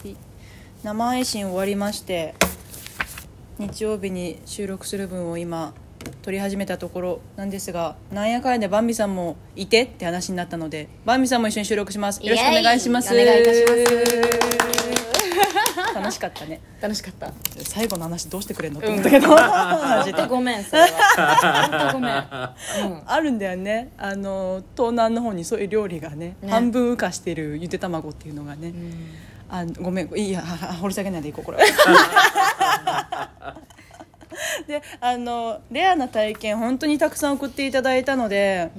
はい生配信終わりまして日曜日に収録する分を今撮り始めたところなんですがなんやかんやでバンビさんもいてって話になったのでバンビさんも一緒に収録しますよろしくお願いしますイエイお願いいたします楽しかったね楽しかった最後の話どうしてくれんのって思ったけど、 マジでごめんそれは本当ごめん、うん、あるんだよねあの東南の方にそういう料理がねね半分浮かしてるゆで卵っていうのがね、あごめんいいやはは掘り下げないでいこうこ れはであのレアな体験本当にたくさん送っていただいたので、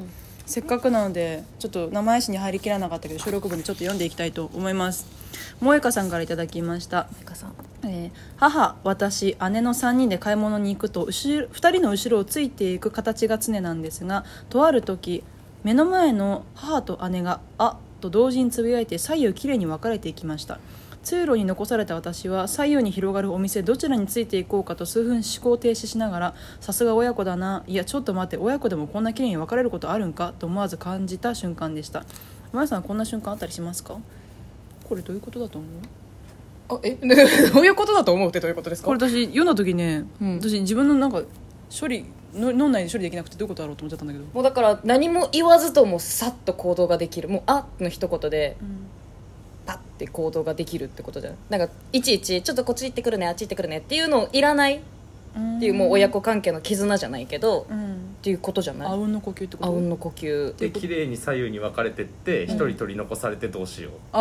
せっかくなのでちょっと名前詞に入りきらなかったけど収録文でちょっと読んでいきたいと思います萌香さんからいただきましたゆかさんえー母私姉の3人で買い物に行くと後ろ2人の後ろをついていく形が常なんですがとある時目の前の母と姉が「あ」と同時につぶやいて左右きれいに分かれていきました通路に残された私は左右に広がるお店どちらについていこうかと数分思考停止しながらさすが親子だないやちょっと待って親子でもこんなきれいに分かれることあるんかと思わず感じた瞬間でしたまやさんこんな瞬間あったりしますかこれどういうことだと思うあえ どういうことだと思うってどういうことですかこれ私読んだ時ね、うん私自分のなんか処理の脳内で処理できなくてどういうことだろうと思っちゃったんだけど、もうだから何も言わずともさっと行動ができるもう「あ」の一言でパッて行動ができるってことじゃないなんかいちいちちょっとこっち行ってくるねあっち行ってくるねっていうのいらないっていうもう親子関係の絆じゃないけどうっんていうことじゃあないうんの呼吸ってこあとうんの呼吸どういでうこと綺麗に左右に分かれてって一人取り残されてどうしよう、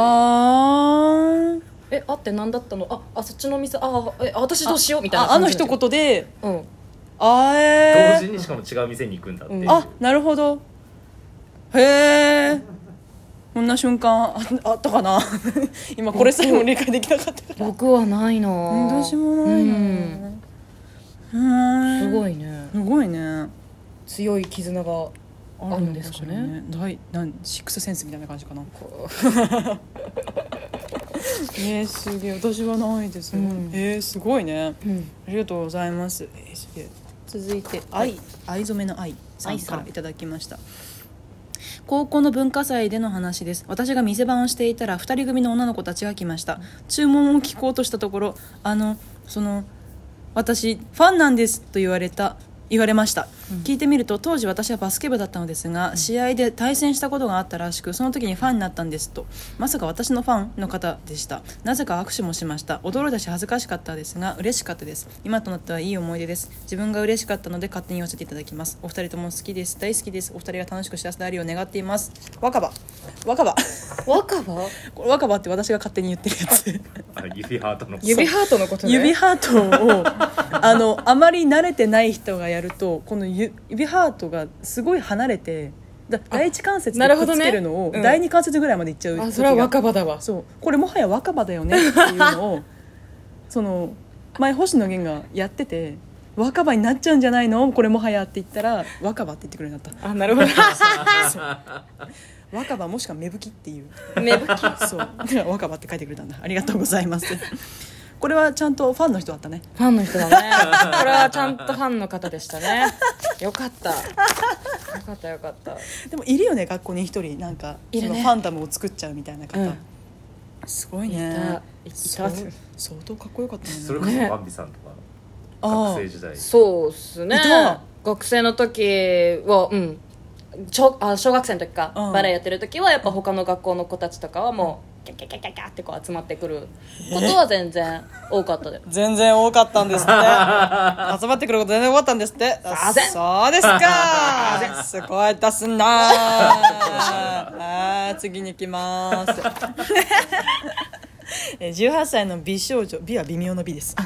あーえあって何だったのああそっちの店あえ私どうしようみたいなああの感じ一言でうん「あえ同ー時にしかも違う店に行くんだっていう、うんあなるほどへえこんな瞬間ああったかな 今これさえも理解できなかったから僕はないなうんどうしようもないなうんすいごいねすごいね強い絆があるんですかね第なんシックスセンスみたいな感じかな。えー、すげえ私はないです、うんえー、すごいね。うんありがとうございます。えー、すげえ続いて愛藍染めの愛さん愛さかんらいただきました。高校の文化祭での話です私が店番をしていたら2人組の女の子たちが来ました注文を聞こうとしたところあのその私ファンなんですと言われた言われました、聞いてみると当時私はバスケ部だったのですが、試合で対戦したことがあったらしくその時にファンになったんですとまさか私のファンの方でしたなぜか握手もしました驚いたし恥ずかしかったですが嬉しかったです今となってはいい思い出です自分が嬉しかったので勝手に言わせていただきますお二人とも好きです大好きですお二人が楽しく幸せであるよう願っています若葉若葉若葉これ若葉って私が勝手に言ってるやつあ指ハートの指ハートのことね指ハートをあのあまり慣れてない人がやるとこのゆ指ハートがすごい離れてだ第一関節なでるくほっどつねけるのを、うん第二関節ぐらいまでいっちゃう時があそれは若葉だわそうこれもはや若葉だよねっていうの をその前星野源がやってて若葉になっちゃうんじゃないのこれもはやって言ったら若葉って言ってくれるようになっあなるほた若葉もしくは芽吹きって いうど 芽吹きそうだから若葉って書いてくれたんだありがとうございますこれはちゃんとファンの人だったねファンの人だ ねこれはちゃんとファンの方でしたねよかったよかったよかったでもいるよね学校に一人なんか、いそるねのファンタムを作っちゃうみたいな方、うんすごいいねたいたそう相当かっこよかったよねそれこそバンビさんとか、ああ学生時代そうっすねいた学生の時はうんちょあ小学生の時か、うんバレエやってる時はやっぱ他の学校の子たちとかはもうキャキャキャキャキャってこう集まってくることは全然多かったで全然多かったんですって集まってくること全然多かったんですってさせんそうですかすごい出すなあー次に行きます え18歳の美少女美は微妙の美です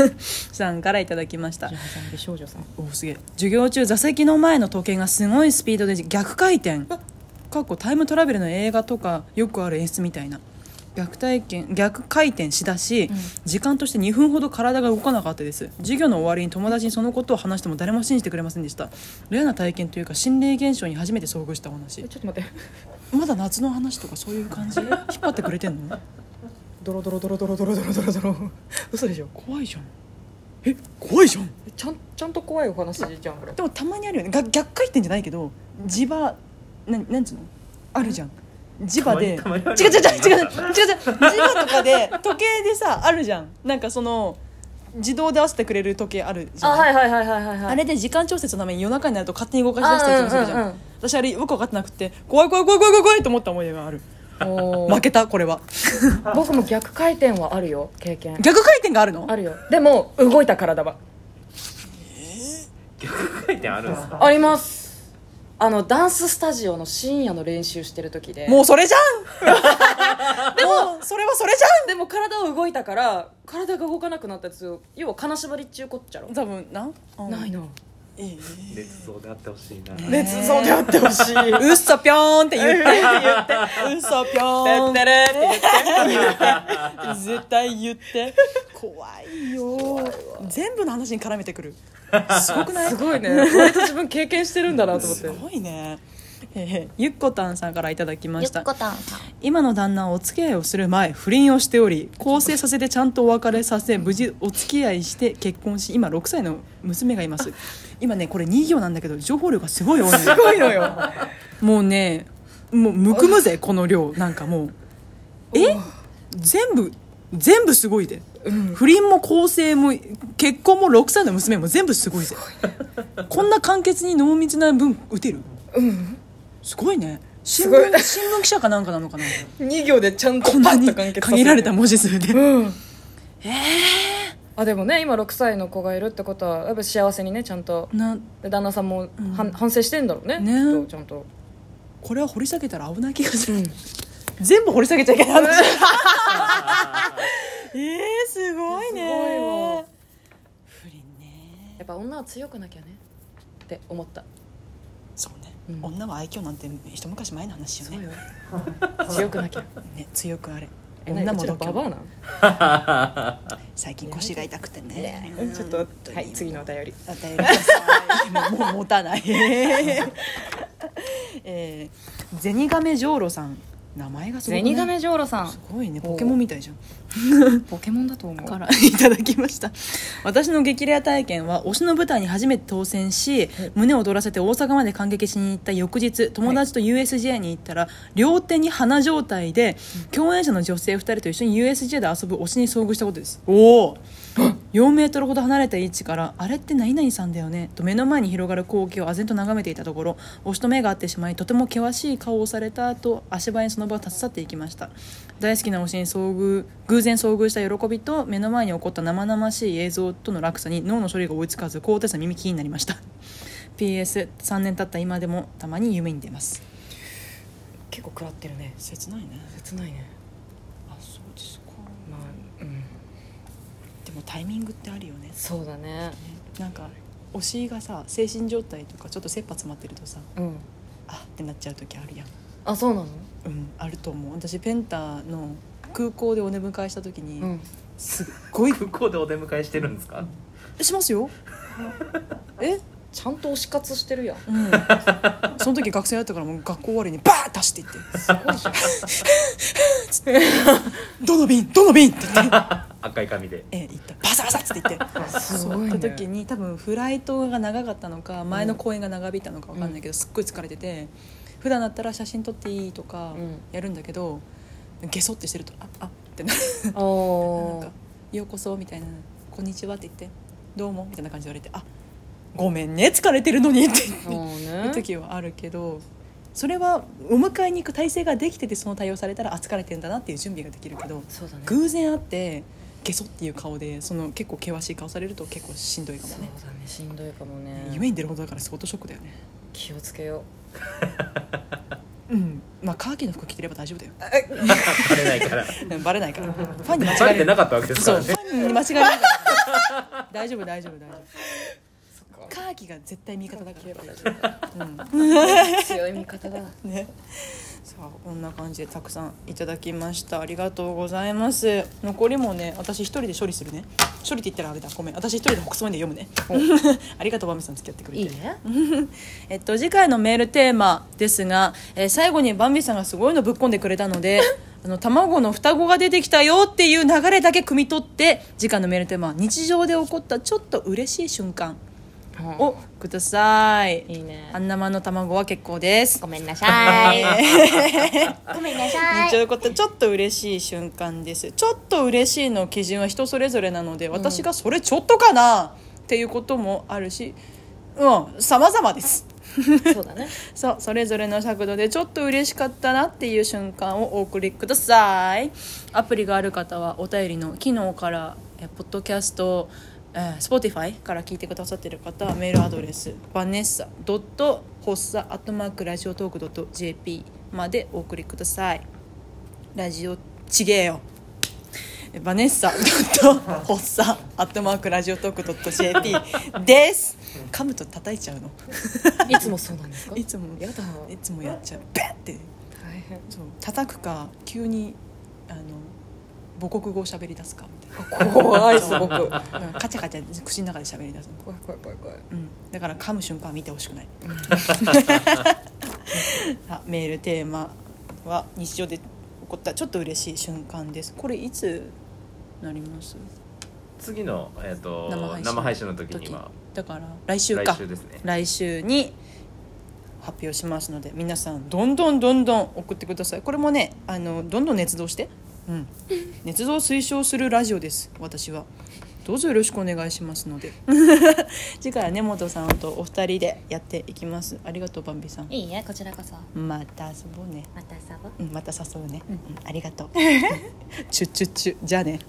さんからいただきました美少女さんおすげえ授業中座席の前の時計がすごいスピードで逆回転かっこタイムトラベルの映画とかよくある演出みたいな逆体験逆回転しだし、時間として2分ほど体が動かなかったです授業の終わりに友達にそのことを話しても誰も信じてくれませんでしたレアな体験というか心霊現象に初めて遭遇したお話ちょっと待ってまだ夏の話とかそういう感じ 引っ張ってくれてんのドロドロドロドロドロドロドロドロ嘘でしょ怖いじゃんえ怖いじゃんちゃんちゃんと怖いお話じゃんこれでもたまにあるよねが逆回転じゃないけど地場なんなんつうのあるじゃん磁場で違う違う違う違う違うたまにたまに磁場とかで時計でさあるじゃんなんかその自動で合わせてくれる時計あるじゃんあはいはいはいはいはいはいあれで時間調節のために夜中になると勝手に動かし出したりとかするじゃん,、あうんうんうん私あれよく分かってなくて怖い怖い怖い怖い怖い怖いと思った思い出があるおー負けたこれは僕も逆回転はあるよ経験逆回転があるの あるよでも動いた体は逆回転あるんですかありますあのダンススタジオの深夜の練習してる時でもうそれじゃんでもうそれはそれじでも体は動いたから体が動かなくなったやつを要は金縛りっちゅうこっちゃろゃん多分な、うんないなええ熱像であってほしいなね熱造であってほしい。うっそぴょーんって言って。うっそぴょーん。てれって言って絶対言って。怖いよ。全部の話に絡めてくる。すごくないすごいね割と自分経験してるんだなと思ってすごいね。えーゆっこたんさんからいただきましたたんさん今の旦那はお付き合いをする前不倫をしており更生させてちゃんとお別れさせ無事お付き合いして結婚し今6歳の娘がいます今ねこれ2行なんだけど情報量がすごい多いのよすごいのよもうねもうむくむぜこの量なんかもうえ全部全部すごいで、不倫も更生も結婚も6歳の娘も全部すごいぜこんな簡潔に濃密な文打てる、すごいね新ごい聞新聞記者かなんかなのかな2行でちゃんとこんパなッにと完結させる限られた文字数で、うんあでもね今6歳の子がいるってことはやっぱ幸せにねちゃんとなで旦那さんもはん反省してんだろうねねきっとちゃんとこれは掘り下げたら危ない気がする、うん全部掘り下げちゃいけない話 えー、すごいすごいわね不倫ねやっぱ女は強くなきゃねって思 ったそうね、うん女は愛嬌なんて一昔前の話よそうねよ強くなきゃね強くあれえ女何うもちら度ババア胸な最近腰が痛くてねのちょっとはい次のお便りお便りください もうもう持たないえー、ゼニガメジョウロさん名前がすごゼい、ね、ニガメジョウロさんすごいねポケモンみたいじゃんポケモンだと思うから いただきました私の激レア体験は推しの舞台に初めて当選し胸を躍らせて大阪まで感激しに行った翌日友達と USJ に行ったら、両手に花状態で共演者の女性2人と一緒に USJ で遊ぶ推しに遭遇したことですお お4メートルほど離れた位置から「あれって何々さんだよね」と目の前に広がる光景を唖然と眺めていたところ推しと目が合ってしまいとても険しい顔をされた後足早にその場を立ち去っていきました大好きな推しに遭遇偶然遭遇した喜びと目の前に起こった生々しい映像との落差に脳の処理が追いつかず高低差耳気になりました PS3 年経った今でもたまに夢に出ます結構食らってるね切ないね切ないねあそうですかまあうんでもタイミングってあるよねそうだねなんか推しがさ精神状態とかちょっと切羽詰まってるとさうんあってなっちゃう時あるやんあそうなのうんあると思う私ペンタの空港でお出迎えした時に、うんすっごい空港でお出迎えしてるんですかしますよ、えちゃんと推し活してるやんうん、その時学生だったからもう学校終わりにバーッ出していってすごいじゃん「どの瓶どの瓶!」って言って赤い 髪でええ行ったバサバサッつって言ってすごいねそう行った時に多分フライトが長かったのか前の公演が長引いたのか分かんないけど、すっごい疲れてて普段だったら写真撮っていいとかうんやるんだけど、ゲソってしてると「ああっ」って ななんおか「ようこそ」みたいな「こんにちは」って言って「どうも」みたいな感じで言われて「あごめんね疲れてるのに」ってあ言うね時はあるけどそれはお迎えに行く体制ができててその対応されたらあ疲れてんだなっていう準備ができるけどそうだね偶然会ってゲソっていう顔でその結構険しい顔されると結構しんどいかもそうねだねしんどいかもね夢に出るほどだから相当ショックだよね気をつけようんまあカーキの服着てれば大丈 夫だよバレないからうんバレないからファンに間違バえレてるなかったわけですかそうらフねァンに間違えるから 大丈夫大丈夫大丈夫カーキが絶対味方だかうら、うん、 強い味方だね。さあこんな感じでたくさんいただきましたありがとうございます残りもね私一人で処理するね処理って言ったらあれだごめん私一人で北総で読むね ありがとうバミさん付き合ってくれていいねえっと次回のメールテーマですが、えー最後にバンビさんがすごいのぶっこんでくれたの であの卵の双子が出てきたよっていう流れだけ汲み取って次回のメールテーマは日常で起こったちょっと嬉しい瞬間をください、いいねあんなまの卵は結構ですごめんなさいごめんなさということでちょっと嬉しい瞬間ですちょっと嬉しいの基準は人それぞれなので私がそれちょっとかなっていうこともあるしうん様々です そうだねそうそれぞれの尺度でちょっと嬉しかったなっていう瞬間をお送りくださいアプリがある方はお便りの機能からえポッドキャストえー Spotify から聞いてくださってる方はメールアドレスバネッサドットホッサアットマークラジオトークドット JP までお送りくださいラジオちげえよえバネッサドットホッサアットマークラジオトークドット JP です噛むと叩いちゃうのいつもそうなんですかいつもやだいつもやっちゃうベッて大変そう叩くか急にあの母国語を喋り出すかみたい怖いすごく怖ないだからカチャカチャ口の中で喋り出すの、怖い怖い怖いうん、だから噛む瞬間は見てほしくない、 あメールテーマは日常で起こったちょっと嬉しい瞬間ですこれいつなります次の、えー、と生生配配信信の時にはだから来週か来週ですね来週に発表しますので皆さんどんどんどんどん送ってくださいこれもねあのどんどん熱動して うん熱動推奨するラジオです私はどうぞよろしくお願いしますので 次回は根本さんとお二人でやっていきますありがとうバンビさんいいえこちらこそまた遊ぼうねまた遊ぼう うんまた誘うね、うんありがとうチュッチュッチュじゃあね